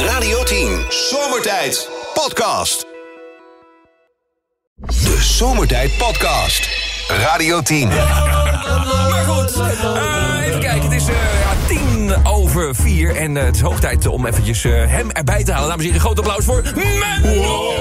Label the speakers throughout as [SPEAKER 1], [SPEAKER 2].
[SPEAKER 1] 10. Zomertijd Podcast. De Zomertijd Podcast. Radio 10.
[SPEAKER 2] Maar goed, eh, even kijken. Het is eh, ja, tien over vier. En eh, het is hoog tijd om eventjes eh, hem erbij te halen. Dames en heren, groot applaus voor Menno!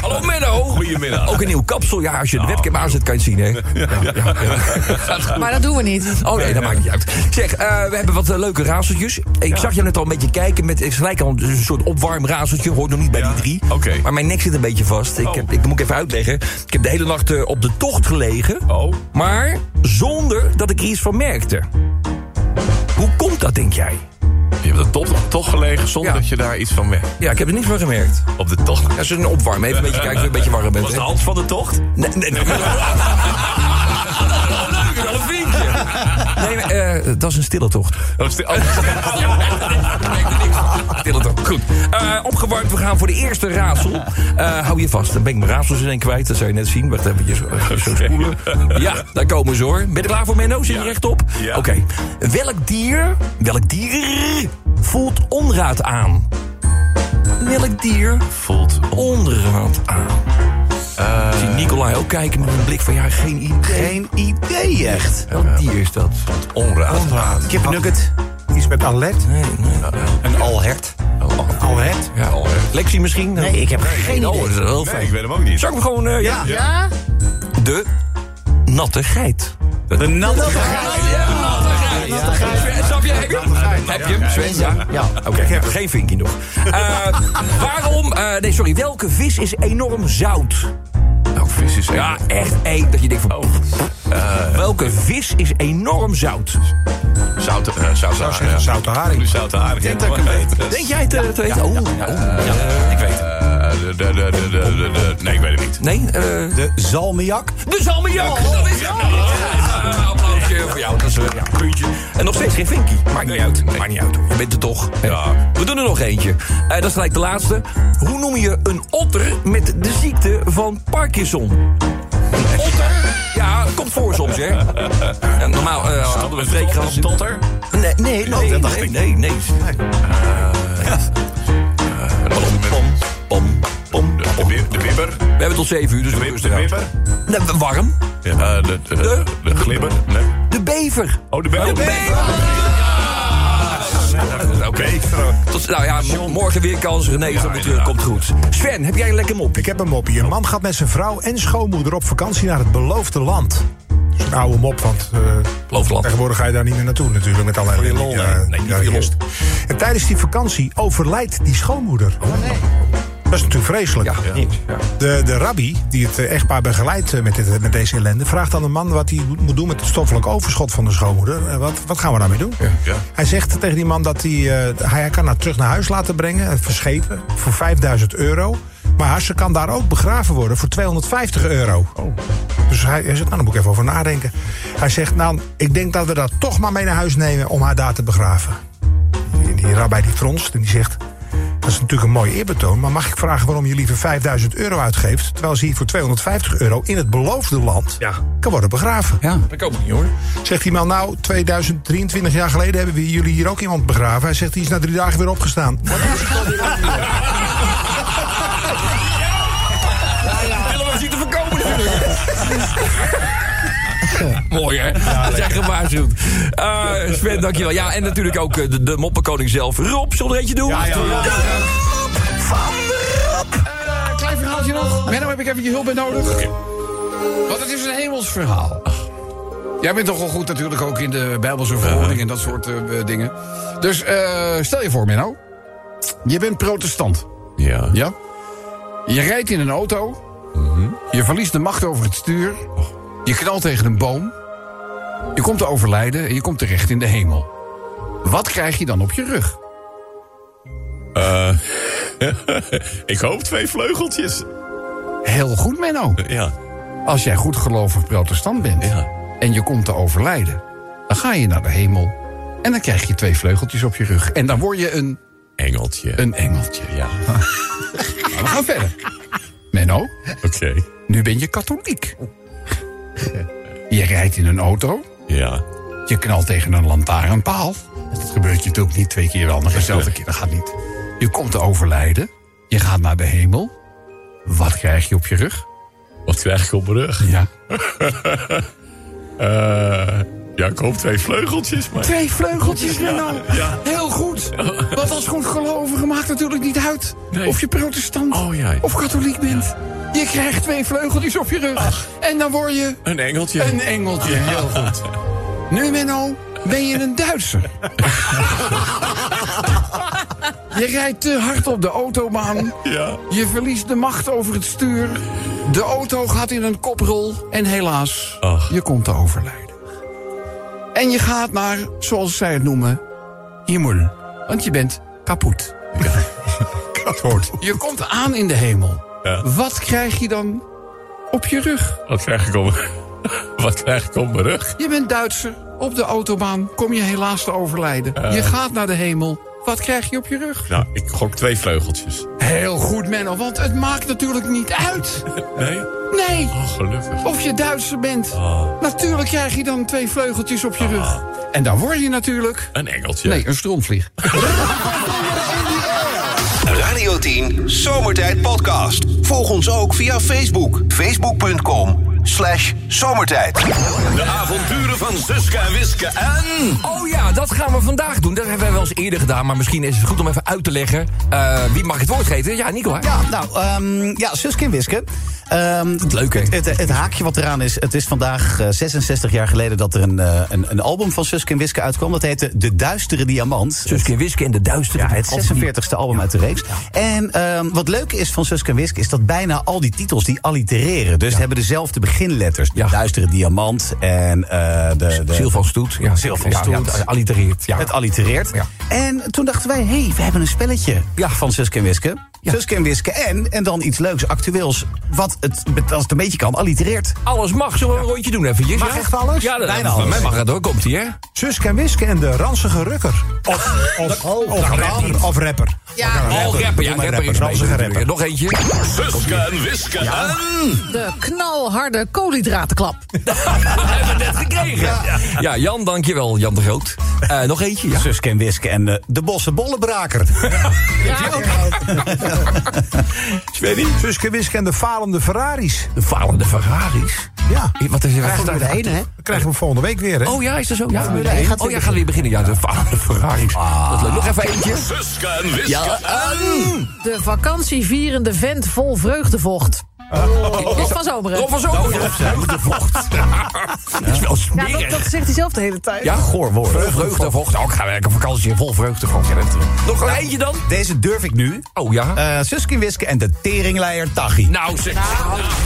[SPEAKER 2] Hallo Menno!
[SPEAKER 3] Goedemiddag. Nou.
[SPEAKER 2] Ook een nieuw kapsel. Ja, als je de webcam aanzet, kan je het zien, hè? Ja, ja, ja.
[SPEAKER 4] Maar dat doen we niet.
[SPEAKER 2] Oh nee, dat maakt niet uit. Zeg, eh, we hebben wat eh, leuke razeltjes. Ik zag je net al een beetje kijken met eh, gelijk al een soort opwarm razeltje. Hoort nog niet bij
[SPEAKER 3] Ja,
[SPEAKER 2] die drie.
[SPEAKER 3] oké.
[SPEAKER 2] Maar mijn nek zit een beetje vast. Ik,
[SPEAKER 3] Oh.
[SPEAKER 2] heb, ik moet ik even uitleggen. Ik heb de hele nacht eh, op de tocht gelegen.
[SPEAKER 3] Oh.
[SPEAKER 2] Maar zonder dat ik er iets van merkte. Hoe komt dat, denk jij?
[SPEAKER 3] Je hebt er toch, toch gelegen zonder
[SPEAKER 2] Ja.
[SPEAKER 3] dat je daar iets van merkt.
[SPEAKER 2] Ja, ik heb er niks van gemerkt.
[SPEAKER 3] Op de tocht.
[SPEAKER 2] Dat is een opwarm. Even een beetje kijken of je een beetje warm bent.
[SPEAKER 3] Was
[SPEAKER 2] hè.
[SPEAKER 3] de hand van de tocht?
[SPEAKER 2] Nee, nee, nee. Leuk, wel een vinkje. Nee, maar, eh, dat is een stille tocht.
[SPEAKER 3] Dat was de- oh,
[SPEAKER 2] Stille tocht. Goed. Eh, opgewarmd, we gaan voor de eerste raadsel. Eh, hou je vast, dan ben ik mijn raadsels in één kwijt. Dat zou je net zien. Wacht even, zo spoelen. Ja, daar komen ze hoor. Ben je er klaar voor, Menno? Zit je rechtop?
[SPEAKER 3] Ja.
[SPEAKER 2] Oké. Welk dier, welk dier voelt onraad aan? Welk dier
[SPEAKER 3] voelt
[SPEAKER 2] onraad aan? Ik zie Nicolai ook kijken met een blik van ja, geen idee.
[SPEAKER 5] Eh. Geen idee echt.
[SPEAKER 2] Welk dier is dat?
[SPEAKER 3] onraad.
[SPEAKER 5] Kipnugget. Iets met alert.
[SPEAKER 2] Nee, nee.
[SPEAKER 5] Een alhert. Alhert?
[SPEAKER 2] Ja, al, eh, Lexie misschien?
[SPEAKER 5] Nee, ik heb geen
[SPEAKER 2] Oh, dat
[SPEAKER 5] idee.
[SPEAKER 2] is wel
[SPEAKER 3] Nee,
[SPEAKER 2] fijn.
[SPEAKER 3] ik weet hem ook niet.
[SPEAKER 2] Zou ik hem gewoon... eh, ja.
[SPEAKER 5] Ja.
[SPEAKER 4] Ja?
[SPEAKER 2] De natte geit.
[SPEAKER 5] De natte
[SPEAKER 2] Sven, Snap je? Heb je hem? Heb je hem, Sven? Ja.
[SPEAKER 5] Ja.
[SPEAKER 2] Oké, geen vinkje nog. Eh, waarom... eh, nee, sorry. Welke vis is enorm zout?
[SPEAKER 3] Ook Nou, vis is
[SPEAKER 2] Ja, Oh. echt één. Dat je denkt van... eh, welke vis is enorm zout?
[SPEAKER 3] Zout, eh, zout, zout,
[SPEAKER 5] zeggen zoute haring.
[SPEAKER 3] Zout haring. Ik denk dat ik
[SPEAKER 2] Denk jij het eh, te weten? Oh. Oeh, oeh.
[SPEAKER 3] Ik weet het. Eh, de, de, de, de, de, de- nee, ik weet het niet.
[SPEAKER 2] Nee, eh...
[SPEAKER 5] De zalmiak.
[SPEAKER 2] De zalmiak, dat is het. Eh, applausje voor jou, dat is een ja, puntje. En nog steeds geen vinkie. Maakt niet uit, maakt niet uit. hoor. Je bent er toch.
[SPEAKER 3] Ja.
[SPEAKER 2] We doen er nog eentje. Eh, dat is gelijk de laatste. Hoe noem je een otter met de ziekte van Parkinson? Een Otter? Ja, komt voor soms, hè. Ja, normaal eh hadden we een
[SPEAKER 3] Tot-
[SPEAKER 2] streek gehad.
[SPEAKER 3] Totter?
[SPEAKER 2] Nee, nee, nee,
[SPEAKER 5] dat
[SPEAKER 2] nee,
[SPEAKER 5] dacht
[SPEAKER 2] nee,
[SPEAKER 5] ik.
[SPEAKER 2] nee, Pom, pom, pom.
[SPEAKER 3] De, de, bib- de bibber?
[SPEAKER 2] We hebben tot 7 uur, dus
[SPEAKER 3] De,
[SPEAKER 2] we
[SPEAKER 3] bib-
[SPEAKER 2] rusten
[SPEAKER 3] de
[SPEAKER 2] aan.
[SPEAKER 3] bibber?
[SPEAKER 2] Nee, Warm.
[SPEAKER 3] Eh, de, de, de, de glibber? Nee.
[SPEAKER 2] De bever.
[SPEAKER 3] Oh, de bibber.
[SPEAKER 2] Oké. Tot- Nou ja, mo- morgen weer kans. René, komt, het, eh,
[SPEAKER 3] inderdaad.
[SPEAKER 2] komt goed. Sven, heb jij een lekker mop?
[SPEAKER 6] Ik heb een mopje. Een man gaat met zijn vrouw en schoonmoeder op vakantie naar het beloofde land. Dat is een oude mop, want eh,
[SPEAKER 2] Loofland.
[SPEAKER 6] tegenwoordig ga je daar niet meer naartoe natuurlijk. Met allerlei
[SPEAKER 2] Voor je lol,
[SPEAKER 6] ja,
[SPEAKER 2] hè? Nee, niet
[SPEAKER 6] ja,
[SPEAKER 2] voor je lol.
[SPEAKER 6] juist. En tijdens die vakantie overlijdt die schoonmoeder.
[SPEAKER 5] Oh.
[SPEAKER 6] Dat is natuurlijk vreselijk. De, de rabbi, die het eh, echtpaar begeleidt eh, met, dit, met deze ellende... vraagt aan de man wat hij moet doen met het stoffelijk overschot van de schoonmoeder. Eh, Wat, wat gaan we daarmee doen?
[SPEAKER 3] Ja.
[SPEAKER 6] Hij zegt tegen die man dat hij, eh, hij kan haar terug naar huis laten brengen... eh, verschepen, voor 5000 euro. Maar ze kan daar ook begraven worden voor 250 euro.
[SPEAKER 3] Oh.
[SPEAKER 6] Dus hij, hij zegt, nou, daar moet ik even over nadenken. Hij zegt, nou, ik denk dat we dat toch maar mee naar huis nemen... om haar daar te begraven. Die, die rabbi die fronst en die zegt... Dat is natuurlijk een mooi eerbetoon, maar mag ik vragen waarom je liever 5000 euro uitgeeft... terwijl ze hier voor 250 euro in het beloofde land kan worden begraven?
[SPEAKER 2] Ja, dat kan ook niet hoor.
[SPEAKER 6] Zegt die man, nou, 2023 jaar geleden hebben we jullie hier ook iemand begraven. Hij zegt, die is na drie dagen weer opgestaan.
[SPEAKER 7] Ah,
[SPEAKER 2] Willen we zien te voorkomen natuurlijk. Mooi hè? Dat is echt gewaarschuwd. Eh, Sven, dankjewel. Ja, en natuurlijk ook eh, de, de moppenkoning zelf. Rob, zullen we er eentje doen?
[SPEAKER 8] Eh, klein verhaaltje nog. Menno, heb ik even je hulp bij nodig? Want het is een hemels verhaal. Jij bent toch wel goed natuurlijk ook in de Bijbelse verhouding en dat soort eh, eh, dingen. Dus eh, stel je voor, Menno. Je bent protestant,
[SPEAKER 3] Ja.
[SPEAKER 8] ja? Je rijdt in een auto. Je verliest de macht over het stuur. Je knalt tegen een boom. Je komt te overlijden en je komt terecht in de hemel. Wat krijg je dan op je rug?
[SPEAKER 3] Ik hoop twee vleugeltjes.
[SPEAKER 8] Heel goed, Menno.
[SPEAKER 3] Ja.
[SPEAKER 8] Als jij goed gelovig protestant bent
[SPEAKER 3] Ja.
[SPEAKER 8] en je komt te overlijden, dan ga je naar de hemel en dan krijg je twee vleugeltjes op je rug. En dan word je een,
[SPEAKER 3] Engeltje.
[SPEAKER 8] een engeltje.
[SPEAKER 3] Ja.
[SPEAKER 8] Maar we gaan verder. Menno,
[SPEAKER 3] Oké.
[SPEAKER 8] nu ben je katholiek. Je rijdt in een auto,
[SPEAKER 3] Ja.
[SPEAKER 8] je knalt tegen een lantaarnpaal. Dat gebeurt je natuurlijk niet twee keer wel, maar dezelfde keer, dat gaat niet. Je komt te overlijden. Je gaat naar de hemel. Wat krijg je op je rug?
[SPEAKER 3] Wat krijg ik op mijn rug?
[SPEAKER 8] Ja.
[SPEAKER 3] Eh, ja, ik hoop twee vleugeltjes, maar...
[SPEAKER 8] Twee vleugeltjes, Menno.
[SPEAKER 3] ja.
[SPEAKER 8] Heel goed. Want als goed gelovige maakt natuurlijk niet uit...
[SPEAKER 3] Nee.
[SPEAKER 8] of je protestant
[SPEAKER 3] Oh, ja, ja.
[SPEAKER 8] of katholiek bent. Je krijgt twee vleugeltjes op je rug. En dan word je
[SPEAKER 3] Een engeltje.
[SPEAKER 8] een engeltje. Heel goed. Nu, Menno, ben je een Duitser. Je rijdt te hard op de autobaan.
[SPEAKER 3] Ja.
[SPEAKER 8] Je verliest de macht over het stuur. De auto gaat in een koprol. En helaas,
[SPEAKER 3] Ach.
[SPEAKER 8] je komt te overlijden. En je gaat naar, zoals zij het noemen, hemel. Want je bent kapot. Je komt aan in de hemel.
[SPEAKER 3] Ja.
[SPEAKER 8] Wat krijg je dan op je rug?
[SPEAKER 3] Wat krijg ik op mijn... Wat krijg ik op mijn rug?
[SPEAKER 8] Je bent Duitser. Op de autobaan kom je helaas te overlijden. Je gaat naar de hemel. Wat krijg je op je rug?
[SPEAKER 3] Nou, ik gok twee vleugeltjes.
[SPEAKER 8] Heel goed, Menno, want het maakt natuurlijk niet uit.
[SPEAKER 3] Nee?
[SPEAKER 8] Nee,
[SPEAKER 3] Oh, gelukkig.
[SPEAKER 8] of je Duitser bent. Natuurlijk krijg je dan twee vleugeltjes op je rug. En dan word je natuurlijk...
[SPEAKER 3] Een engeltje.
[SPEAKER 8] Nee, een stroomvlieg.
[SPEAKER 1] Radio 10 Zomertijd Podcast. Volg ons ook via Facebook. Facebook.com slash zomertijd.
[SPEAKER 4] De avonturen van Suske en Wiske en...
[SPEAKER 2] Oh ja, dat gaan we vandaag doen. Dat hebben wij wel eens eerder gedaan, maar misschien is het goed om even uit te leggen. Eh, wie mag het woord geven? Ja, Nico. hè?
[SPEAKER 7] Ja, nou, ehm, ja, Suske en Wiske. Ehm,
[SPEAKER 2] Leuk, hè?
[SPEAKER 7] het, het haakje wat eraan is, het is vandaag eh, 66 jaar geleden dat er een, eh, een, een album van Suske en Wiske uitkwam. Dat heette De Duistere Diamant.
[SPEAKER 2] Suske en Wiske en de Duistere.
[SPEAKER 7] Ja, het
[SPEAKER 2] Altijd die-
[SPEAKER 7] 46e album uit de reeks. En ehm, wat leuk is van Suske en Wiske... is dat bijna al die titels die allitereren. Dus hebben dezelfde beginletters. De
[SPEAKER 2] Ja.
[SPEAKER 7] Duistere Diamant en eh de... de
[SPEAKER 2] Sil van Stoet. Ja,
[SPEAKER 7] Sil van
[SPEAKER 2] Ja, ja,
[SPEAKER 7] Stoet.
[SPEAKER 2] het allitereert. Ja.
[SPEAKER 7] Het allitereert.
[SPEAKER 2] Ja.
[SPEAKER 7] En toen dachten wij, hé, hey, we hebben een spelletje
[SPEAKER 2] Ja.
[SPEAKER 7] van Suske en Wiske.
[SPEAKER 2] Ja.
[SPEAKER 7] Suske en Wiske en, en dan iets leuks, actueels. Wat het, als het een beetje kan, allitereert.
[SPEAKER 2] Alles mag. Zullen we een rondje doen eventjes?
[SPEAKER 6] Mag
[SPEAKER 2] ja?
[SPEAKER 6] echt alles?
[SPEAKER 2] Ja, dat,
[SPEAKER 7] Bijna
[SPEAKER 2] van
[SPEAKER 7] alles.
[SPEAKER 2] mij mag het hoor. Komt-ie, hè?
[SPEAKER 6] Suske en Wiske en de ranzige rukker. Of, of, of, rapper, of rapper.
[SPEAKER 2] Oh, rapper. Ja,
[SPEAKER 6] Doe maar
[SPEAKER 2] rapper is
[SPEAKER 6] rapper.
[SPEAKER 2] beter
[SPEAKER 6] Ranzige
[SPEAKER 2] natuurlijk.
[SPEAKER 6] rapper.
[SPEAKER 2] Nog eentje.
[SPEAKER 4] Suske en Wiske en...
[SPEAKER 9] De knalharde koolhydratenklap.
[SPEAKER 2] hebben we net gekregen. Ja, Jan, dankjewel. Jan de Groot. Eh, nog eentje, ja.
[SPEAKER 7] Suske en Wiske en eh, de bosse bollenbraker.
[SPEAKER 6] Suske en Wiske en de falende Ferraris.
[SPEAKER 2] De falende Ferraris.
[SPEAKER 6] Ja,
[SPEAKER 2] Eh, Wat is er
[SPEAKER 6] Krijgen we
[SPEAKER 2] echt?
[SPEAKER 6] er
[SPEAKER 9] Eén, hè?
[SPEAKER 6] dat krijgen we volgende week weer. Hè?
[SPEAKER 2] Oh ja, is dat zo? Ja,
[SPEAKER 9] Formule één gaat
[SPEAKER 2] oh ja,
[SPEAKER 9] weer
[SPEAKER 2] gaat weer beginnen. Ja, Ah. de falende Ferraris. Dat is leuk. Nog even eentje. eh,
[SPEAKER 4] Suske en Wiske en...
[SPEAKER 9] De vakantievierende vent vol vreugdevocht.
[SPEAKER 2] Oh.
[SPEAKER 9] Rob van Zomeren.
[SPEAKER 2] Rob van Zomer. de vocht. Dat is wel
[SPEAKER 9] Ja, dat, dat
[SPEAKER 2] smerig.
[SPEAKER 9] zegt hij zelf de hele tijd.
[SPEAKER 2] Ja, goor woord. Vreugdevocht. Oh, ik ga werken. Vakantie in vol vreugdevocht. Ja, dat- Nog een eentje dan?
[SPEAKER 7] Deze durf ik nu.
[SPEAKER 2] Oh ja.
[SPEAKER 7] Eh Suske en Wiske en de teringleier Tachi.
[SPEAKER 2] Nou, zeg. Nou,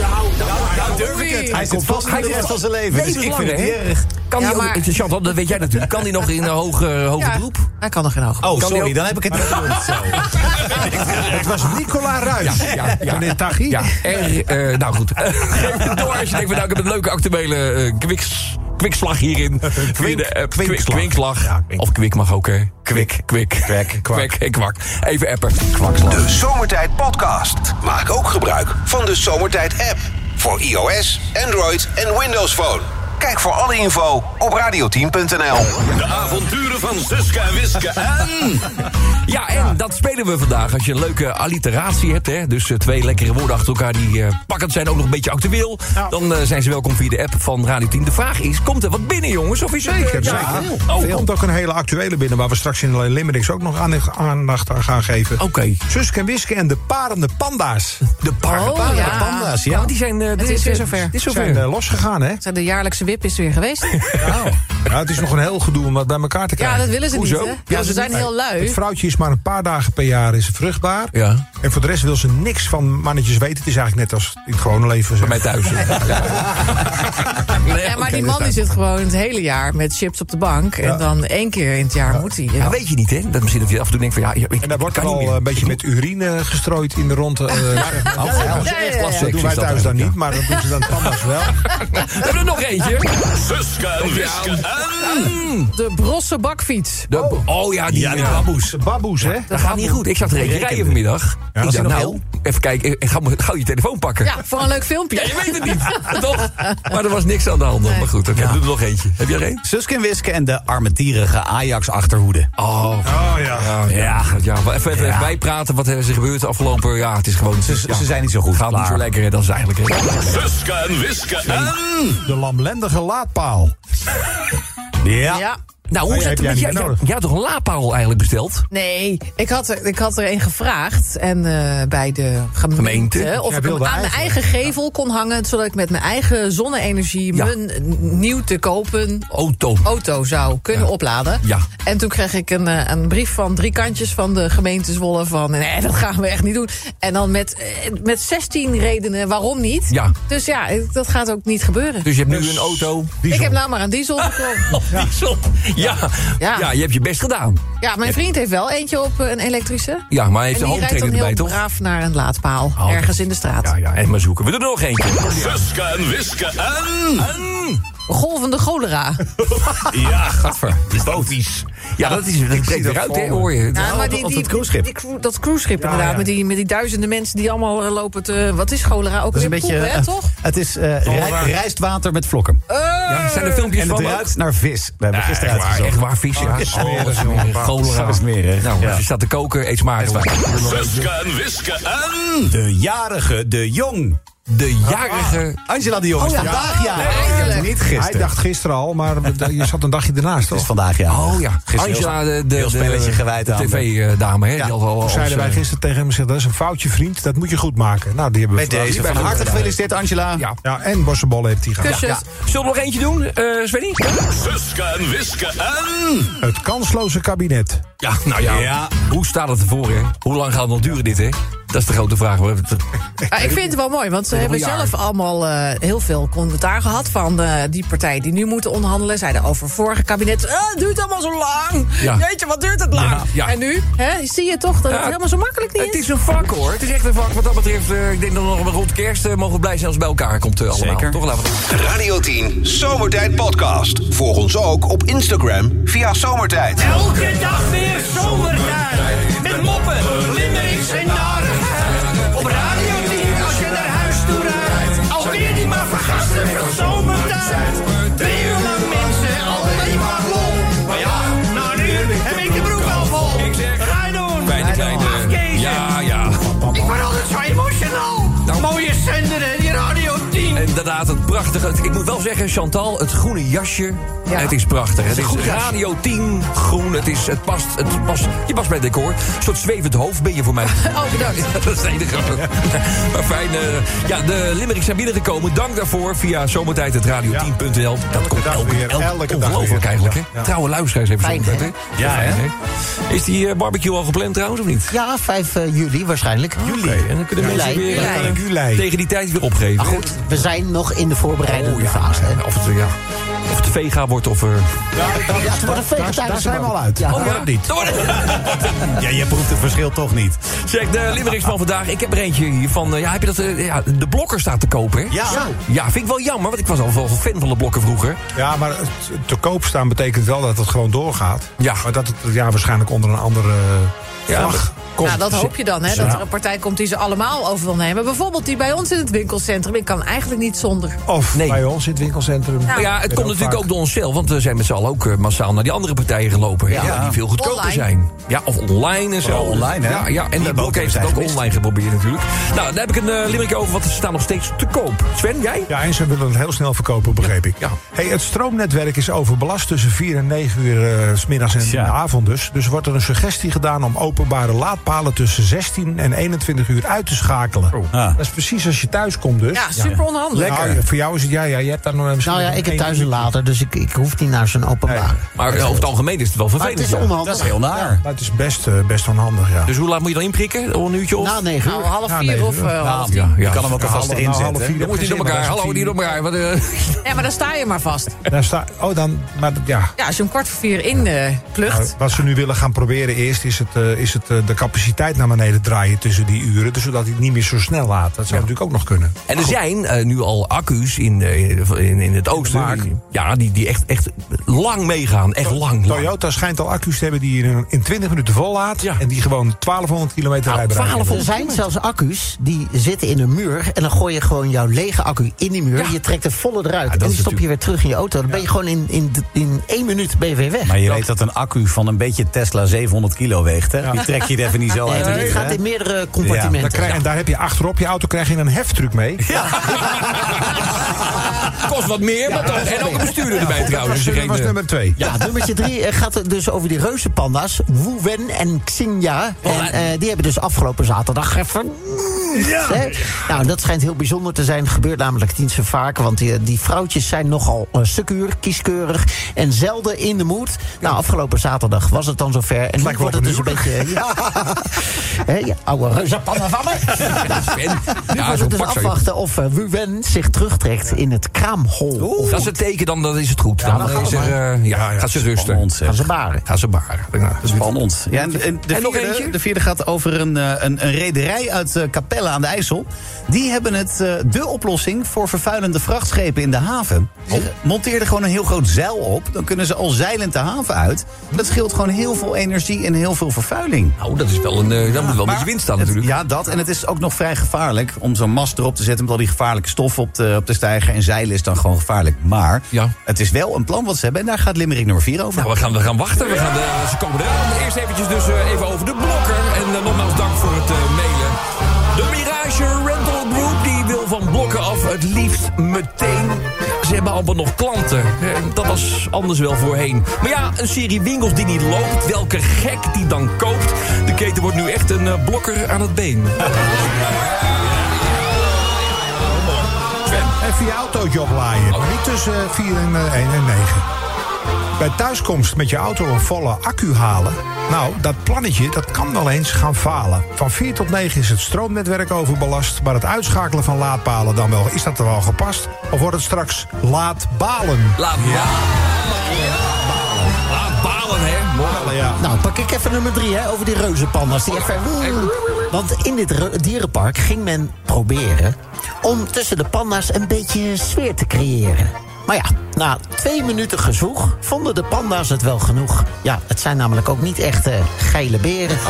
[SPEAKER 2] nou, nou, nou, durf ik het.
[SPEAKER 7] hij zit vast voor de rest van zijn leven. dus ik vind
[SPEAKER 2] Levenslang,
[SPEAKER 7] het
[SPEAKER 2] hè?
[SPEAKER 7] erg.
[SPEAKER 2] Kan
[SPEAKER 9] Ja,
[SPEAKER 2] die ook,
[SPEAKER 9] maar-
[SPEAKER 2] het is Chantal, dat weet jij natuurlijk. Kan die nog in een hoger, hoger
[SPEAKER 9] Ja,
[SPEAKER 2] beroep?
[SPEAKER 9] Hij kan nog geen hoog.
[SPEAKER 7] Oh,
[SPEAKER 2] die ook-
[SPEAKER 7] sorry, dan heb ik het niet gehoord. Zo.
[SPEAKER 6] Het was Nicola Ruijs.
[SPEAKER 2] Ja, ja, ja.
[SPEAKER 6] Meneer Tachi.
[SPEAKER 2] Ja, er, eh, nou goed. Geef het door als je denkt, van, nou, ik heb een leuke actuele eh kwiks, kwikslag hierin. Via de app. Kwik-
[SPEAKER 6] kwikslag.
[SPEAKER 2] Kwikslag. Of kwik mag ook, hè? Kwik. Kwik. Kwek.
[SPEAKER 6] kwak.
[SPEAKER 2] Kwek en kwak. Even appen. Kwakslag.
[SPEAKER 1] De Zomertijd Podcast. Maak ook gebruik van de Zomertijd app. Voor iOS, Android en Windows Phone. Kijk voor alle info op radio10.nl.
[SPEAKER 4] De avonturen van Suske en Wiske en...
[SPEAKER 2] Ja, en dat spelen we vandaag. Als je een leuke alliteratie hebt, hè, dus eh, twee lekkere woorden achter elkaar die eh, pakkend zijn, ook nog een beetje actueel, dan eh, zijn ze welkom via de app van Radio 10. De vraag is: komt er wat binnen, jongens? Of is het, eh,
[SPEAKER 6] Zeker,
[SPEAKER 2] ja,
[SPEAKER 6] zeker.
[SPEAKER 2] Oh,
[SPEAKER 6] er komt ook een hele actuele binnen... waar we straks in de Limericks ook nog aan- aandacht aan gaan geven.
[SPEAKER 2] Oké.
[SPEAKER 6] Suske en Wiske en de parende panda's
[SPEAKER 2] de paarden.
[SPEAKER 9] Oh, ja.
[SPEAKER 7] Panda's,
[SPEAKER 2] Ja,
[SPEAKER 7] ja.
[SPEAKER 2] want die zijn. eh, dit
[SPEAKER 9] is weer
[SPEAKER 2] eh,
[SPEAKER 9] zover.
[SPEAKER 2] Dit is zover.
[SPEAKER 6] zijn eh, losgegaan, hè?
[SPEAKER 9] Zijn de jaarlijkse wip is er weer geweest.
[SPEAKER 6] Ja, het is nog een heel gedoe om dat bij elkaar te
[SPEAKER 9] Ja,
[SPEAKER 6] krijgen.
[SPEAKER 9] dat willen ze
[SPEAKER 2] Hoezo?
[SPEAKER 9] niet, hè?
[SPEAKER 2] Willen
[SPEAKER 9] Ja,
[SPEAKER 2] ze
[SPEAKER 9] ze zijn
[SPEAKER 2] niet?
[SPEAKER 9] heel lui.
[SPEAKER 6] Het vrouwtje is maar een paar dagen per jaar is ze vruchtbaar.
[SPEAKER 2] Ja.
[SPEAKER 6] En voor de rest wil ze niks van mannetjes weten. Het is eigenlijk net als in het gewone leven.
[SPEAKER 2] Bij mij thuis. Ja. Nee,
[SPEAKER 9] Ja,
[SPEAKER 2] oké, dat
[SPEAKER 9] maar die
[SPEAKER 6] dus
[SPEAKER 9] man die
[SPEAKER 2] is-
[SPEAKER 9] zit gewoon het hele jaar met chips op de bank. En dan één keer in het jaar moet hij.
[SPEAKER 2] Ja,
[SPEAKER 9] Ja.
[SPEAKER 2] weet je niet, hè? Dat misschien dat je af en toe denkt van ja, ik,
[SPEAKER 6] En daar wordt
[SPEAKER 2] kan
[SPEAKER 6] er
[SPEAKER 2] niet
[SPEAKER 6] al
[SPEAKER 2] meer.
[SPEAKER 6] een beetje met urine gestrooid in de rondte. eh,
[SPEAKER 2] Oh, ja, dat is
[SPEAKER 9] Ja, ja,
[SPEAKER 2] echt
[SPEAKER 9] ja.
[SPEAKER 2] lastig,
[SPEAKER 6] dat doen wij
[SPEAKER 2] is dat
[SPEAKER 6] thuis dan
[SPEAKER 2] eigenlijk,
[SPEAKER 6] niet, maar dat doen ze dan tandarts wel.
[SPEAKER 2] ja. We hebben er nog eentje.
[SPEAKER 4] Suske en Wiske en...
[SPEAKER 9] De brosse bakfiets.
[SPEAKER 2] De- oh. ja, die ja,
[SPEAKER 6] De baboes, hè?
[SPEAKER 2] Dat gaat niet goed. Ik zat te rijden vanmiddag. ik
[SPEAKER 6] was
[SPEAKER 2] dacht,
[SPEAKER 6] die nog
[SPEAKER 2] nou, even kijken. eh, Ga, maar- gauw je telefoon pakken.
[SPEAKER 9] Ja, voor een leuk
[SPEAKER 2] Ja,
[SPEAKER 9] filmpje.
[SPEAKER 2] je weet het niet. Toch? Maar er was niks aan de hand. nog. Maar goed, oké, doe er nog eentje. Heb jij er een?
[SPEAKER 7] Suske en Wiske en de armetierige Ajax-achterhoede.
[SPEAKER 2] Oh,
[SPEAKER 6] Oh ja.
[SPEAKER 2] Ja, ja wel even, even bijpraten wat er is er gebeurd de afgelopen... Ja, het is gewoon...
[SPEAKER 7] Ze-
[SPEAKER 2] ja,
[SPEAKER 7] ze zijn niet zo goed,
[SPEAKER 2] Gaat niet
[SPEAKER 7] klaar.
[SPEAKER 2] zo lekker, hè, dat is eigenlijk... Nou, hè.
[SPEAKER 4] Suske en Wiske en...
[SPEAKER 6] De lamlendige laadpaal.
[SPEAKER 7] Ja.
[SPEAKER 9] Ja.
[SPEAKER 2] Nou, hoe
[SPEAKER 6] Nee,
[SPEAKER 2] is
[SPEAKER 6] heb
[SPEAKER 2] het?
[SPEAKER 6] jij
[SPEAKER 2] met-
[SPEAKER 6] niet
[SPEAKER 2] Jij
[SPEAKER 6] meer
[SPEAKER 2] jij-
[SPEAKER 6] nodig.
[SPEAKER 2] jij had toch een laadpaal eigenlijk besteld?
[SPEAKER 9] Nee, ik had, er- ik had er een gevraagd. En eh, bij de gemeente.
[SPEAKER 2] Gemeente?
[SPEAKER 9] Of
[SPEAKER 6] Jij
[SPEAKER 9] ik hem
[SPEAKER 6] wilde
[SPEAKER 9] aan mijn
[SPEAKER 6] eigenlijk,
[SPEAKER 9] eigen gevel kon hangen. Zodat ik met mijn eigen zonne-energie.
[SPEAKER 2] Ja.
[SPEAKER 9] mijn n- nieuw te kopen
[SPEAKER 2] Auto.
[SPEAKER 9] auto zou kunnen opladen.
[SPEAKER 2] Ja.
[SPEAKER 9] En toen kreeg ik een, eh, een brief van drie kantjes van de gemeente Zwolle van... nee, dat gaan we echt niet doen. En dan met, eh, met 16 redenen waarom niet.
[SPEAKER 2] Ja.
[SPEAKER 9] Dus ja, eh, dat gaat ook niet gebeuren.
[SPEAKER 2] Dus je hebt nu een auto.
[SPEAKER 9] ik heb nou maar een diesel gekocht.
[SPEAKER 2] Oh, diesel. Ja. Ja.
[SPEAKER 9] Ja.
[SPEAKER 2] je hebt je best gedaan.
[SPEAKER 9] Ja, mijn vriend heeft wel eentje op eh, een elektrische.
[SPEAKER 2] Ja, maar hij heeft
[SPEAKER 9] en
[SPEAKER 2] een
[SPEAKER 9] die rijdt
[SPEAKER 2] hoofdtrainer
[SPEAKER 9] dan
[SPEAKER 2] erbij,
[SPEAKER 9] heel
[SPEAKER 2] toch? Oh,
[SPEAKER 9] braaf naar een laadpaal.
[SPEAKER 2] dat-
[SPEAKER 9] ergens in de straat.
[SPEAKER 2] Ja, ja, en maar zoeken. We doen er nog eentje.
[SPEAKER 4] Suske en Wiske en...
[SPEAKER 9] Golvende cholera.
[SPEAKER 2] Ja, gadver. Boties. Ja, dat is... Dat breekt
[SPEAKER 6] dat
[SPEAKER 2] eruit, hè,
[SPEAKER 6] voor me.
[SPEAKER 2] hoor je.
[SPEAKER 9] Ja, maar die,
[SPEAKER 7] dat
[SPEAKER 9] die,
[SPEAKER 7] cruiseschip.
[SPEAKER 9] die cru- dat cruiseschip inderdaad. Met, die, met die duizenden mensen die allemaal eh, lopen te... Wat is cholera? Ook
[SPEAKER 7] Dat is
[SPEAKER 9] weer
[SPEAKER 7] een beetje.
[SPEAKER 9] poep, hè,
[SPEAKER 7] eh,
[SPEAKER 9] toch?
[SPEAKER 7] Het is eh, rij- rijstwater met vlokken.
[SPEAKER 10] Eh,
[SPEAKER 2] Ja, zijn er filmpjes
[SPEAKER 7] en het
[SPEAKER 2] van? ook?
[SPEAKER 7] ruikt naar vis. We hebben
[SPEAKER 2] Ja,
[SPEAKER 7] gisteren
[SPEAKER 2] echt waar, echt
[SPEAKER 7] uitgezocht.
[SPEAKER 2] waar, vis, ja.
[SPEAKER 6] smerig, jongen.
[SPEAKER 2] Cholera.
[SPEAKER 7] Zo smerig.
[SPEAKER 2] Nou,
[SPEAKER 7] Ja.
[SPEAKER 2] als je staat te koken, eet smakelijk.
[SPEAKER 4] Suske en Wiske en...
[SPEAKER 7] De jarige, de jong.
[SPEAKER 2] De jarige...
[SPEAKER 7] Angela de Jong is
[SPEAKER 10] Oh
[SPEAKER 7] vandaag ja.
[SPEAKER 9] eindelijk.
[SPEAKER 7] Niet
[SPEAKER 6] Hij
[SPEAKER 7] gisteren.
[SPEAKER 6] dacht gisteren al, maar je zat een dagje ernaast,
[SPEAKER 7] Het is
[SPEAKER 6] toch?
[SPEAKER 7] vandaag ja.
[SPEAKER 2] Oh ja,
[SPEAKER 7] Gisteren
[SPEAKER 2] Angela,
[SPEAKER 7] heel-
[SPEAKER 2] de, de,
[SPEAKER 7] heel spelletje gewijd aan.
[SPEAKER 2] tv-dame, hè?
[SPEAKER 7] Ja.
[SPEAKER 2] Die had al, al
[SPEAKER 6] Zeiden wij
[SPEAKER 2] ons, eh,
[SPEAKER 6] gisteren tegen hem, zeg, dat is een foutje vriend, dat moet je goed maken. Nou, die hebben we
[SPEAKER 7] Met
[SPEAKER 6] vandaag-
[SPEAKER 7] deze. Van
[SPEAKER 6] Ja.
[SPEAKER 7] harte gefeliciteerd, Angela.
[SPEAKER 2] Ja.
[SPEAKER 6] Ja, en bossenballen heeft hij gehad.
[SPEAKER 9] Kusjes.
[SPEAKER 2] Zullen we nog eentje doen, eh Svenny?
[SPEAKER 4] Suske en Wiske en...
[SPEAKER 6] Het kansloze kabinet.
[SPEAKER 2] Ja, nou ja.
[SPEAKER 7] Ja.
[SPEAKER 2] Hoe staat het ervoor, hè? Hoe lang gaat het nog duren, dit, hè? Dat is de grote vraag. hoor.
[SPEAKER 9] Maar ik vind het wel mooi, want ze hebben
[SPEAKER 2] een jaar.
[SPEAKER 9] zelf allemaal eh, heel veel commentaar gehad van eh, die partijen die nu moeten onderhandelen. Zeiden over vorige kabinet, eh, het duurt allemaal zo lang.
[SPEAKER 2] Ja.
[SPEAKER 9] Jeetje, wat duurt het lang?
[SPEAKER 2] Ja, ja.
[SPEAKER 9] En nu hè, zie je toch dat
[SPEAKER 2] Ja,
[SPEAKER 9] het helemaal zo makkelijk niet
[SPEAKER 2] Het
[SPEAKER 9] is.
[SPEAKER 2] is een vak, hoor. Het is echt een vak. Wat dat betreft, eh, ik denk dat we nog rond kerst eh, mogen we blij zijn als het bij elkaar komt eh, allemaal.
[SPEAKER 7] Zeker.
[SPEAKER 2] Toch? Laten we
[SPEAKER 1] Radio 10 Zomertijd Podcast. Volg ons ook op Instagram via Zomertijd.
[SPEAKER 11] Elke dag weer zomertijd. Met moppen, limericks en narigheid. Op Radio 10 als je naar huis toe rijdt. Alweer die maar vergasten veel zomertijd. Twee uur lang mensen, alleen maar lol. Maar ja, na een uur heb ik de broek al vol. Ik zeg, ga je doen.
[SPEAKER 2] bij de kleine...
[SPEAKER 11] Afkezen.
[SPEAKER 2] Ja, ja. Nou.
[SPEAKER 11] Ik word altijd zo emotional. Mooie zender en die Radio 10.
[SPEAKER 2] En Inderdaad, het prachtige. het- ik moet wel zeggen, Chantal, het groene jasje.
[SPEAKER 9] Ja.
[SPEAKER 2] Het is prachtig. Het is,
[SPEAKER 9] goed jasje.
[SPEAKER 2] Radio 10 groen. Het, is, het, past, het past. Je past bij het decor. Een soort zwevend hoofd ben je voor mij.
[SPEAKER 9] Oh, bedankt.
[SPEAKER 2] Ja, dat is de enige. maar fijn. eh, ja, de Limericks zijn binnengekomen. Dank daarvoor via zomertijd.radio10.nl. Dat komt
[SPEAKER 6] dag
[SPEAKER 2] elke,
[SPEAKER 6] weer,
[SPEAKER 2] elke,
[SPEAKER 6] elke dag
[SPEAKER 2] ongelooflijk
[SPEAKER 6] weer.
[SPEAKER 2] eigenlijk. hè?
[SPEAKER 6] Ja, ja.
[SPEAKER 2] Trouwe luisteraars even
[SPEAKER 9] Fijn,
[SPEAKER 2] zomertijd,
[SPEAKER 9] hè?
[SPEAKER 2] hè? Ja, hè? Is die eh, barbecue al gepland trouwens of niet?
[SPEAKER 10] Ja, 5 eh, juli waarschijnlijk.
[SPEAKER 2] Juli. En dan kunnen mensen
[SPEAKER 10] Juli.
[SPEAKER 2] weer eh,
[SPEAKER 9] Juli.
[SPEAKER 6] Juli.
[SPEAKER 2] tegen die tijd weer opgeven.
[SPEAKER 10] Maar goed, we zijn nog in de voorbereidende
[SPEAKER 2] Oh, ja.
[SPEAKER 10] fase. hè.
[SPEAKER 2] Of het, ja, of het vega wordt of... eh,
[SPEAKER 10] Ja, het wordt een vegetarische
[SPEAKER 6] daar zijn we al
[SPEAKER 10] barbecue.
[SPEAKER 6] uit.
[SPEAKER 10] Ja.
[SPEAKER 2] Oh, ja. niet.
[SPEAKER 7] Ja, je proeft het verschil toch niet.
[SPEAKER 2] Zeg, de Limericks van vandaag. Ik heb er eentje hier van... eh, Ja, heb je dat... eh, Ja, de blokker staat te kopen, hè?
[SPEAKER 7] Ja. Zo.
[SPEAKER 2] Ja, vind ik wel jammer, want ik was al wel fan van de blokker vroeger.
[SPEAKER 6] Ja, maar het te koop staan betekent wel dat het gewoon doorgaat.
[SPEAKER 2] Ja.
[SPEAKER 6] Maar dat het ja, waarschijnlijk onder een andere
[SPEAKER 2] Ja,
[SPEAKER 6] vlag komt.
[SPEAKER 9] Nou, dat hoop je dan, hè, dat er een partij komt die ze allemaal over wil nemen. Bijvoorbeeld die bij ons in het winkelcentrum. Ik kan eigenlijk niet zonder.
[SPEAKER 6] Of
[SPEAKER 2] Nee.
[SPEAKER 6] bij ons in het winkelcentrum.
[SPEAKER 9] Nou,
[SPEAKER 2] Maar ja, het
[SPEAKER 6] Ben
[SPEAKER 2] komt
[SPEAKER 6] ook
[SPEAKER 2] natuurlijk
[SPEAKER 6] vaak.
[SPEAKER 2] ook door onszelf. Want we zijn met z'n allen ook eh, massaal naar die andere partijen gelopen. hè,
[SPEAKER 7] Ja.
[SPEAKER 2] Die veel goedkoper
[SPEAKER 9] Online.
[SPEAKER 2] zijn. Ja, of online en zo.
[SPEAKER 7] Vooral online, hè?
[SPEAKER 2] Ja, ja en
[SPEAKER 7] Die
[SPEAKER 2] de
[SPEAKER 7] boot
[SPEAKER 2] blok heeft het ook
[SPEAKER 7] hebben zij
[SPEAKER 2] online geprobeerd natuurlijk. Nou, daar heb ik een eh Limerick over, want ze staan nog steeds te koop. Sven, jij?
[SPEAKER 6] Ja, en ze willen het heel snel verkopen, begreep ik.
[SPEAKER 2] Ja.
[SPEAKER 6] Hey, het stroomnetwerk is overbelast tussen 4 en 9 uur eh, s middags en in de
[SPEAKER 7] Tja.
[SPEAKER 6] avond dus. Dus wordt er een suggestie gedaan om openbare laadpalen tussen 16 en 21 uur uit te schakelen.
[SPEAKER 7] Ah.
[SPEAKER 6] Dat is precies als je thuis komt dus.
[SPEAKER 9] Ja, super onhandig.
[SPEAKER 6] Nou, voor jou is het ja, ja je hebt daar nog misschien
[SPEAKER 10] Nou ja,
[SPEAKER 6] nog
[SPEAKER 10] ik heb
[SPEAKER 6] één
[SPEAKER 10] thuis een
[SPEAKER 6] uur.
[SPEAKER 10] lader, dus ik, ik hoef niet naar zo'n openbare.
[SPEAKER 2] Maar eh, over het algemeen is het wel
[SPEAKER 10] Maar
[SPEAKER 2] vervelend.
[SPEAKER 10] het is
[SPEAKER 2] ja.
[SPEAKER 10] onhandig.
[SPEAKER 7] Dat is heel naar.
[SPEAKER 6] Maar het is best, eh, best onhandig, ja.
[SPEAKER 2] Dus hoe laat moet je dan inprikken? Om Een uurtje of?
[SPEAKER 10] Na negen
[SPEAKER 9] Nou,
[SPEAKER 10] uur.
[SPEAKER 9] half
[SPEAKER 6] Ja,
[SPEAKER 9] vier
[SPEAKER 6] nee,
[SPEAKER 9] of eh,
[SPEAKER 6] ja.
[SPEAKER 9] half tien.
[SPEAKER 2] Ja, ja.
[SPEAKER 7] Je kan hem ook alvast
[SPEAKER 6] half-
[SPEAKER 7] erin
[SPEAKER 6] nou, half
[SPEAKER 7] zetten.
[SPEAKER 6] vier,
[SPEAKER 2] Dan moet je door
[SPEAKER 6] gezin,
[SPEAKER 2] elkaar.
[SPEAKER 6] maar dat is
[SPEAKER 2] Hallo,
[SPEAKER 6] om
[SPEAKER 2] die door
[SPEAKER 6] tien.
[SPEAKER 2] elkaar. Wat, eh,
[SPEAKER 9] Ja, maar dan sta je maar vast.
[SPEAKER 6] Daar sta, oh, dan, maar dat- ja.
[SPEAKER 9] Ja, als je om kwart voor vier in eh, plucht.
[SPEAKER 6] Wat ze nu willen gaan proberen eerst is, het, eh, is het, eh, de capaciteit naar beneden draaien tussen die uren. Dus zodat hij het niet meer zo snel laat. Dat zou natuurlijk ook nog kunnen.
[SPEAKER 2] En er zijn eh, nu al accu's in, eh, in, in het oosten. die- ja, die, die echt, echt lang meegaan. Echt lang. lang.
[SPEAKER 6] Toyota schijnt al accu's te hebben die je in- in 20 minuten vol laat. En die gewoon 1200
[SPEAKER 2] Nou,
[SPEAKER 6] kilometer rijbereik hebben.
[SPEAKER 10] Er zijn zelfs accu's die zitten in een muur. En dan gooi je gewoon jouw lege accu in die muur. Je trekt de volle eruit. en
[SPEAKER 7] dat
[SPEAKER 10] die
[SPEAKER 7] is
[SPEAKER 10] stop je weer terug in je auto. Dan ben je gewoon in, in, in één minuut ben je weer weg.
[SPEAKER 7] Maar je weet dat een accu van een beetje Tesla 700 kilo weegt, hè? Die trek je er even niet zo
[SPEAKER 10] Nee,
[SPEAKER 7] uit.
[SPEAKER 10] maar dit
[SPEAKER 7] hè?
[SPEAKER 10] gaat in meerdere
[SPEAKER 6] Ja, daar
[SPEAKER 10] compartimenten.
[SPEAKER 6] krijg- En daar heb je achterop je auto krijg je een heftruck mee.
[SPEAKER 2] Kost wat meer, maar toch. En ook een bestuurder erbij trouwens.
[SPEAKER 6] Dat was nummer twee.
[SPEAKER 10] Ja, nummertje drie eh, gaat het dus over die reuzenpanda's. Wuwen en Xinja. En eh, die hebben dus afgelopen zaterdag even... Hè? Nou, dat schijnt heel bijzonder te zijn. Gebeurt namelijk niet zo vaak. Want eh, die, die vrouwtjes zijn nogal eh, secuur, kieskeurig en zelden in de moed. Nou, afgelopen zaterdag was het dan zover. En nu wordt het dus een beetje... Ja, Hè, je
[SPEAKER 2] eh,
[SPEAKER 10] oude reuzenpanda van me. Nu
[SPEAKER 2] Ja,
[SPEAKER 10] wordt
[SPEAKER 2] zo'n
[SPEAKER 10] het dus
[SPEAKER 2] pak zou je-
[SPEAKER 10] afwachten of eh, Wuwen zich terugtrekt in het kraamhol. Of
[SPEAKER 2] Dat is het teken, dan, dan is het goed.
[SPEAKER 10] Ja,
[SPEAKER 2] Dan,
[SPEAKER 10] dan gaat
[SPEAKER 2] is
[SPEAKER 10] het
[SPEAKER 2] er, eh, ja, gaat ze rusten.
[SPEAKER 10] gaan ze baren.
[SPEAKER 2] Gaan ze baren.
[SPEAKER 7] Spannend. Ja, en, en de,
[SPEAKER 2] En nog
[SPEAKER 7] vierde,
[SPEAKER 2] eentje?
[SPEAKER 7] de vierde gaat over een, eh, een, een rederij uit eh, Capelle aan de IJssel. Die hebben het eh, de oplossing voor vervuilende vrachtschepen in de haven. Ze
[SPEAKER 10] Oh.
[SPEAKER 7] zeggen, Monteer er gewoon een heel groot zeil op. Dan kunnen ze al zeilend de haven uit. Dat scheelt gewoon heel veel energie en heel veel vervuiling.
[SPEAKER 2] Nou, dat is wel een, eh, daar moet wel een beetje winst aan natuurlijk.
[SPEAKER 7] Ja, dat. En het is ook nog vrij gevaarlijk om zo'n mast erop te zetten... met al die gevaarlijke stof op te, op te stijgen. En zeilen is dan gewoon gevaarlijk. Maar
[SPEAKER 2] Ja.
[SPEAKER 7] het is wel een plan wat ze hebben. En daar gaat Limerick nummer 4 over.
[SPEAKER 2] Nou, we gaan, we gaan wachten. We gaan, eh, ze komen eraan. Maar Eerst eventjes dus eh, even over de blokker. En eh, nogmaals dank voor het eh, mailen. De Mirage Rental Group die wil van blokken af het liefst meteen. Ze hebben allemaal nog klanten. Eh, Dat was anders wel voorheen. Maar ja, een serie winkels die niet loopt. Welke gek die dan koopt. De keten wordt nu echt een eh, blokker aan het been.
[SPEAKER 6] Even je autootje oplaaien.
[SPEAKER 2] Oh.
[SPEAKER 6] Maar niet tussen 4 en, eh, 1 en 9. Bij thuiskomst met je auto een volle accu halen. Nou, dat plannetje dat kan wel eens gaan falen. Van 4 tot 9 is het stroomnetwerk overbelast. Maar het uitschakelen van laadpalen dan wel. Is dat er wel gepast? Of wordt het straks laadbalen?
[SPEAKER 2] Laat balen. Laat balen, hè.
[SPEAKER 6] Balen, ja.
[SPEAKER 10] Nou, pak ik even nummer drie, hè, over die reuzenpanda's. Die even... Want in dit reu- dierenpark ging men proberen... om tussen de panda's een beetje sfeer te creëren. Maar ja, na twee minuten gezoeg vonden de panda's het wel genoeg. Ja, het zijn namelijk ook niet echt eh, geile beren.
[SPEAKER 2] Ik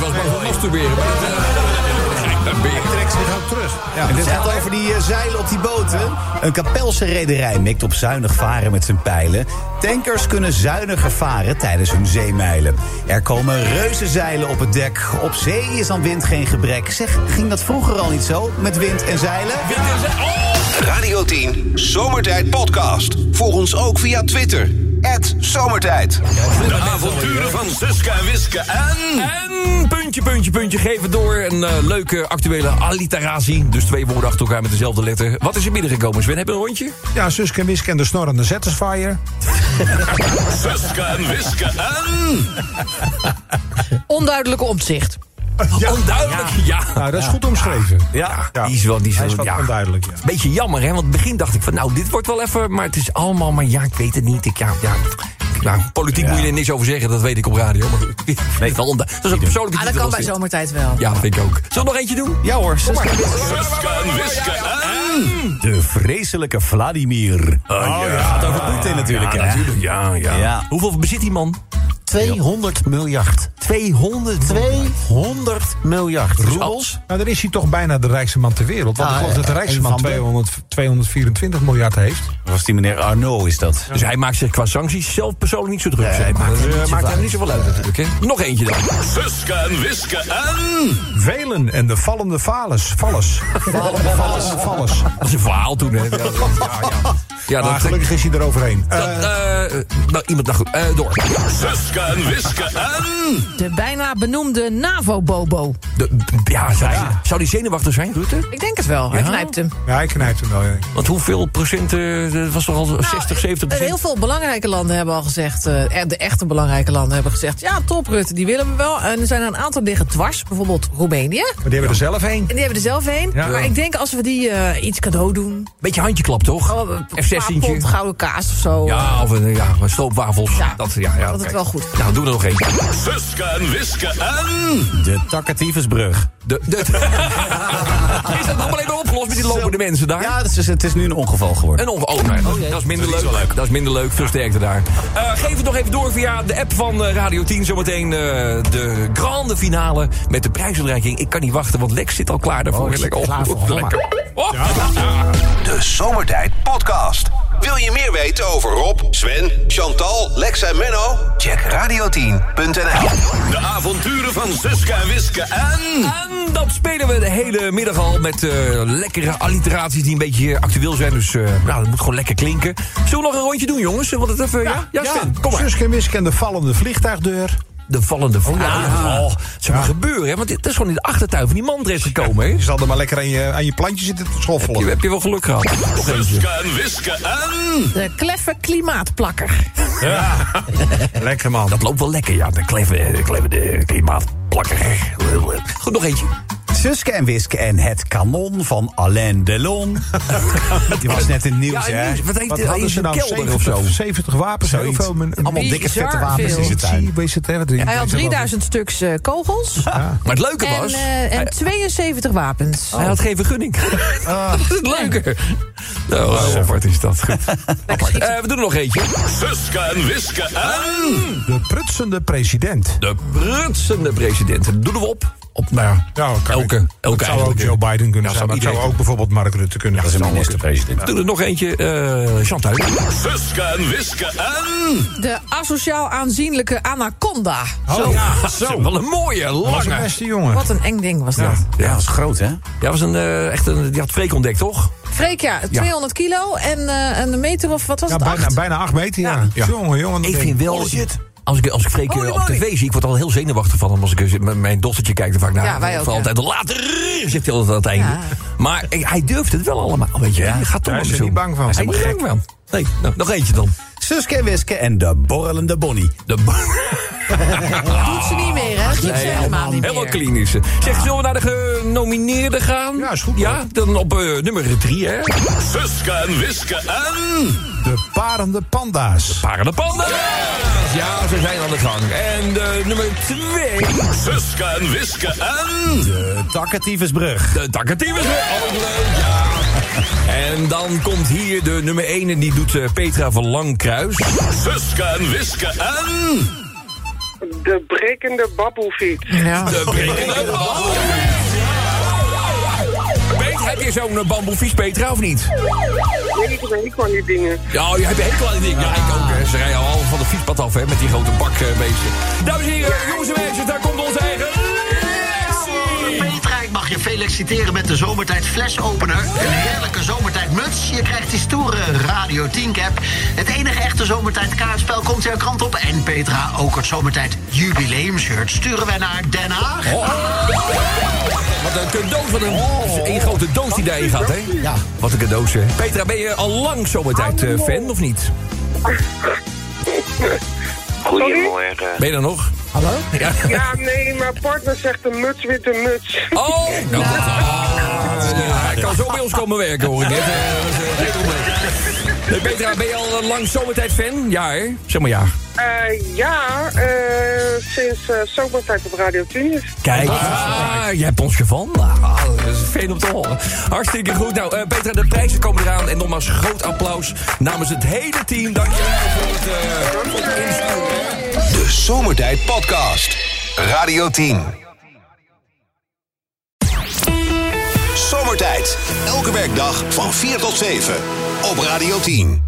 [SPEAKER 2] was bang voor masturberen. Maar dat, eh, ik ben beer.
[SPEAKER 6] Trek zich ook terug. Ja.
[SPEAKER 7] En dit gaat over die eh, zeilen op die boten. Een Kapelse rederij mikt op zuinig varen met zijn pijlen. Tankers kunnen zuiniger varen tijdens hun zeemijlen. Er komen reuze zeilen op het dek. Op zee is aan wind geen gebrek. Zeg, ging dat vroeger al niet zo met wind en zeilen?
[SPEAKER 2] Dit is het. Oh!
[SPEAKER 1] Radio 10 Zomertijd Podcast. Volg ons ook via Twitter. Zomertijd.
[SPEAKER 4] De avonturen van Suske en Wiske en...
[SPEAKER 2] En puntje, puntje, puntje. Geef het door. Een eh, leuke actuele alliteratie. Dus twee woorden achter elkaar met dezelfde letter. Wat is er binnengekomen, Sven? Heb je een rondje?
[SPEAKER 6] ja, Suske en Wiske en de snorrende Satisfier.
[SPEAKER 4] Suske en Wiske en...
[SPEAKER 9] Onduidelijke opzicht. Ah,
[SPEAKER 2] Oh, Onduidelijk, ja.
[SPEAKER 6] Nou, dat is goed omschreven.
[SPEAKER 2] Ja, die is wel... Die is
[SPEAKER 6] Hij
[SPEAKER 2] wel
[SPEAKER 6] is wat
[SPEAKER 2] ja.
[SPEAKER 6] onduidelijk. Ja.
[SPEAKER 2] Beetje jammer, hè? Want in het begin dacht ik van, nou, dit wordt wel even... Maar het is allemaal, maar ja, ik weet het niet. Ik, ja, ja. Nou, politiek moet je er niks over zeggen, dat weet ik op radio. Maar ik vind het wel ondu- Dat is een persoonlijke
[SPEAKER 9] Ah,
[SPEAKER 2] titel
[SPEAKER 9] dat kan
[SPEAKER 2] als
[SPEAKER 9] bij
[SPEAKER 2] dit.
[SPEAKER 9] zomertijd wel.
[SPEAKER 2] Ja, vind ik ook. Zullen we nog eentje doen?
[SPEAKER 7] Ja hoor, Suske en Wiske.
[SPEAKER 4] Suske en Wiske en...
[SPEAKER 7] De vreselijke Vladimir. Oh ja, het over Poetin natuurlijk. hè?
[SPEAKER 2] Ja, ja.
[SPEAKER 7] Ja.
[SPEAKER 2] Hoeveel bezit die man?
[SPEAKER 10] 200 miljard.
[SPEAKER 2] 200.
[SPEAKER 10] 200 miljard.
[SPEAKER 2] Roebels?
[SPEAKER 6] Nou, dan is hij toch bijna de rijkste man ter wereld. Want
[SPEAKER 10] Ja,
[SPEAKER 6] ik geloof dat de
[SPEAKER 10] eh,
[SPEAKER 6] rijkste
[SPEAKER 10] een
[SPEAKER 6] man
[SPEAKER 10] van de-
[SPEAKER 6] 200, 224 miljard heeft.
[SPEAKER 7] Was die meneer Arnaud is dat?
[SPEAKER 2] Dus hij maakt zich qua sancties zelf persoonlijk niet zo druk. zeg maar. Dat, eh, maakt hem niet zoveel uit natuurlijk. Hè? Nog eentje dan.
[SPEAKER 4] Suske en Wiske en...
[SPEAKER 6] Velen en de vallende valus. Valles. Vallende valus. Valles.
[SPEAKER 2] Dat is een verhaal toen. Hè? Ja, ja, ja. Ja,
[SPEAKER 6] Maar
[SPEAKER 2] dat,
[SPEAKER 6] gelukkig is hij eroverheen.
[SPEAKER 2] dat,
[SPEAKER 6] Eh,
[SPEAKER 2] eh, nou, iemand, nou goed, eh, door.
[SPEAKER 4] Suske en Wiske en...
[SPEAKER 9] De bijna benoemde NAVO-bobo.
[SPEAKER 2] De, ja, zijn- zou die zenuwachtig zijn, Rutte?
[SPEAKER 9] Ik denk het wel. Hij
[SPEAKER 2] Ja?
[SPEAKER 9] knijpt hem.
[SPEAKER 6] Ja, hij knijpt hem wel. ja.
[SPEAKER 2] Want hoeveel procent, eh, dat was toch al 60, 70 procent?
[SPEAKER 9] Nou, Heel veel belangrijke landen hebben al gezegd, eh, de echte belangrijke landen hebben gezegd... ja, top Rutte, die willen we wel. En er zijn er een aantal liggen dwars, bijvoorbeeld Roemenië. En
[SPEAKER 6] Maar die hebben er zelf heen.
[SPEAKER 9] die hebben er zelf heen.
[SPEAKER 2] Ja.
[SPEAKER 9] Maar ik denk als we die eh, iets cadeau doen...
[SPEAKER 2] Beetje handjeklap, toch?
[SPEAKER 9] Oh, een paar
[SPEAKER 2] F16'tje.
[SPEAKER 9] pond gouden kaas of zo.
[SPEAKER 2] Ja, of een, ja, stroopwafels.
[SPEAKER 9] Ja,
[SPEAKER 2] dat, ja, ja,
[SPEAKER 9] dat het
[SPEAKER 2] kijk.
[SPEAKER 9] wel goed.
[SPEAKER 2] Nou, doen we er nog één.
[SPEAKER 4] Suske en Wiske en...
[SPEAKER 7] De Takatiefesbrug.
[SPEAKER 2] De, de, is dat allemaal even opgelost met die lopende mensen daar?
[SPEAKER 7] Ja, het is, het is nu een ongeval geworden.
[SPEAKER 2] En onge- oh, nee, dat, dat is minder leuk. Dat is minder leuk. Veel sterkte daar. Eh, geef het nog even door via de app van eh, Radio 10. Zometeen eh, de grande finale met de prijsuitreiking. Ik kan niet wachten, want Lex Oh, zit al klaar daarvoor.
[SPEAKER 10] ik zit
[SPEAKER 2] lekker
[SPEAKER 10] er klaar voor, hoor maar.
[SPEAKER 2] lekker. Oh.
[SPEAKER 1] De Zomertijd Podcast. Wil je meer weten over Rob, Sven, Chantal, Lex en Menno? Check radio10.nl.
[SPEAKER 4] De avonturen van Suske en Wiske en...
[SPEAKER 2] En dat spelen we de hele middag al met eh, lekkere alliteraties die een beetje actueel zijn. Dus eh, nou, dat moet gewoon lekker klinken. Zullen we nog een rondje doen, jongens? Want het even, ja, ja, Sven, kom maar.
[SPEAKER 6] Suske en Wiske en de vallende vliegtuigdeur.
[SPEAKER 2] De vallende vrouw. Oh, dat zou maar gebeuren, hè? Want dit is gewoon in de achtertuin van die man terecht gekomen, hè?
[SPEAKER 6] Je zal er maar lekker aan je, aan je plantje zitten te schoffelen.
[SPEAKER 2] Je, heb je wel geluk gehad. Nog eentje.
[SPEAKER 4] Suske en Wiske en...
[SPEAKER 9] De Eh, kleffe klimaatplakker.
[SPEAKER 6] Lekker man.
[SPEAKER 2] Dat loopt wel lekker, ja. De kleve, de kleve, de klimaatplakker. Goed, nog eentje.
[SPEAKER 7] Suske en Wiske en het kanon van Alain Delon. Die was net in het
[SPEAKER 2] Ja,
[SPEAKER 7] nieuws,
[SPEAKER 2] in
[SPEAKER 7] hè?
[SPEAKER 2] het nieuws. Wat heet
[SPEAKER 6] Wat
[SPEAKER 2] die?
[SPEAKER 6] hadden
[SPEAKER 2] Is
[SPEAKER 6] ze
[SPEAKER 2] een
[SPEAKER 6] nou?
[SPEAKER 2] kelder of zo?
[SPEAKER 6] 70, 70 wapens. Heel
[SPEAKER 7] Zoiets.
[SPEAKER 6] veel. men-
[SPEAKER 7] Allemaal
[SPEAKER 9] Bizar
[SPEAKER 7] dikke vette wapens in
[SPEAKER 9] veel.
[SPEAKER 7] zijn tuin.
[SPEAKER 6] Zie, wees het hè, wat erin.
[SPEAKER 9] Hij
[SPEAKER 6] Weet
[SPEAKER 9] had
[SPEAKER 6] je wel.
[SPEAKER 9] 3000 stuks eh, kogels
[SPEAKER 2] Maar het leuke
[SPEAKER 9] en,
[SPEAKER 2] was...
[SPEAKER 9] eh, en 72 wapens.
[SPEAKER 2] Hij had geen vergunning. dat is het leuke. Nou, oh, apart is dat. Goed. Apart. Eh, we doen er nog eentje.
[SPEAKER 4] Suske en Wiske en...
[SPEAKER 6] De prutsende president.
[SPEAKER 2] De prutsende president. Dat doen we op. Op naar
[SPEAKER 6] Nou, kan
[SPEAKER 2] elke,
[SPEAKER 6] ik-
[SPEAKER 2] elke
[SPEAKER 6] dat zou ook
[SPEAKER 2] eigenlijk.
[SPEAKER 6] Joe Biden kunnen
[SPEAKER 2] Ja,
[SPEAKER 6] zijn,
[SPEAKER 2] zou
[SPEAKER 6] maar het zou
[SPEAKER 2] iedereen
[SPEAKER 6] ook bijvoorbeeld Mark Rutte kunnen zijn.
[SPEAKER 2] We doen er nog eentje. eh Chantal.
[SPEAKER 4] Suske en Wiske en...
[SPEAKER 9] De asociaal aanzienlijke anaconda.
[SPEAKER 6] Oh.
[SPEAKER 2] Zo. Zo. Oh, Wel een mooie,
[SPEAKER 6] Dat is een
[SPEAKER 2] lange.
[SPEAKER 6] beste jongen.
[SPEAKER 9] Wat een eng ding was dat.
[SPEAKER 7] Ja, dat is groot, hè?
[SPEAKER 2] Ja, was een, eh, echt een, die had Freek ontdekt, toch?
[SPEAKER 9] Freek, ja, 200 kilo en eh, een meter of wat was
[SPEAKER 6] Ja,
[SPEAKER 9] het?
[SPEAKER 6] bijna,
[SPEAKER 9] Acht?
[SPEAKER 6] bijna acht meter, ja.
[SPEAKER 2] Ja.
[SPEAKER 6] Jongen, jongen. dat
[SPEAKER 2] Ik
[SPEAKER 6] ding.
[SPEAKER 2] vind wel... Als ik, als ik Freek eh,
[SPEAKER 9] Holy
[SPEAKER 2] op
[SPEAKER 9] moly.
[SPEAKER 2] tv zie, ik word al heel zenuwachtig van hem. Als ik, eh, mijn- mijn dochtertje kijkt er vaak naar.
[SPEAKER 9] Ja, wij
[SPEAKER 2] En
[SPEAKER 9] ook,
[SPEAKER 2] Van
[SPEAKER 9] ja.
[SPEAKER 2] altijd later, zegt hij altijd aan het einde.
[SPEAKER 9] Ja.
[SPEAKER 2] Maar eh, hij durft het wel allemaal, weet je. Hij gaat toch
[SPEAKER 6] Daar is
[SPEAKER 2] wel
[SPEAKER 6] hij niet
[SPEAKER 2] zo.
[SPEAKER 6] bang van.
[SPEAKER 2] Hij is
[SPEAKER 6] Hij
[SPEAKER 2] niet bang van. Nee, nou, nog eentje dan.
[SPEAKER 7] Suske en Wiske en de borrelende Bonnie.
[SPEAKER 2] De
[SPEAKER 9] Doet ze niet meer, hè? Doet ze helemaal niet
[SPEAKER 2] Helemaal
[SPEAKER 9] meer.
[SPEAKER 2] klinisch. Zeg, zullen we naar de genomineerden gaan?
[SPEAKER 6] Ja, is goed, hoor.
[SPEAKER 2] Ja, dan op eh, nummer drie, hè.
[SPEAKER 4] Suske en Wiske en...
[SPEAKER 6] De parende panda's.
[SPEAKER 2] Parende panden. Ja, ze zijn aan de gang. En eh, nummer twee...
[SPEAKER 4] Suske en Wiske en...
[SPEAKER 7] De Takatiefesbrug.
[SPEAKER 2] De Takatief is weer ook Oh, leuk, ja. En dan komt hier de nummer 1 en die doet eh, Petra van Langkruis.
[SPEAKER 4] Suske en Wiske en...
[SPEAKER 12] De brekkende baboefiets.
[SPEAKER 9] Ja.
[SPEAKER 2] De Brinkende Bamboefiets. Peet, heb je zo'n eh, bamboefiets, Petra, of niet?
[SPEAKER 12] Nee, ik weet gewoon die dingen.
[SPEAKER 2] Ja, oh, je hebt een hekel aan die ding. Ja, ik ook. hè. Ze rijden al van de fietspad af, hè, met die grote bak, eh, beetje. Dames en heren, jongens en meisjes, daar komt onze eigen... Lexie.
[SPEAKER 11] Petra, ik mag je feliciteren met de zomertijd flesopener. Een heerlijke zomertijdmuts. Je krijgt die stoere Radio 10 cap. Het enige echte zomertijd kaartspel komt jouw kant op. En Petra, ook het zomertijd jubileumshirt sturen wij naar Den Haag.
[SPEAKER 2] Wat een cadeau van een, een grote doos die daarin gaat, hè? Ja. Wat een cadeau, zeg. Petra, ben je al lang zomertijd eh, fan, of niet?
[SPEAKER 12] Goedemorgen.
[SPEAKER 2] Ben je er nog?
[SPEAKER 9] Hallo?
[SPEAKER 2] Ja.
[SPEAKER 12] Ja, nee, mijn partner zegt een muts, witte muts.
[SPEAKER 2] Oh! Nou, ah, ja, hij kan zo bij ons komen werken, hoor ik net. Eh, dat is, eh, geen probleem. Nee, Petra, ben je al eh, lang zomertijd fan? Ja, hè? Zeg maar ja.
[SPEAKER 12] Eh, ja, eh, sinds eh zomertijd op Radio 10 is.
[SPEAKER 2] Kijk. Ah, jij hebt ons gevonden. Ah, dat is fijn om te horen. Hartstikke goed. Nou, eh, Petra, de prijzen komen eraan. En nogmaals, groot applaus namens het hele team. Dankjewel voor het, eh, voor het insturen.
[SPEAKER 1] De Zomertijd Podcast. Radio 10. Zomertijd. Elke werkdag van 4 tot 7. Op Radio 10.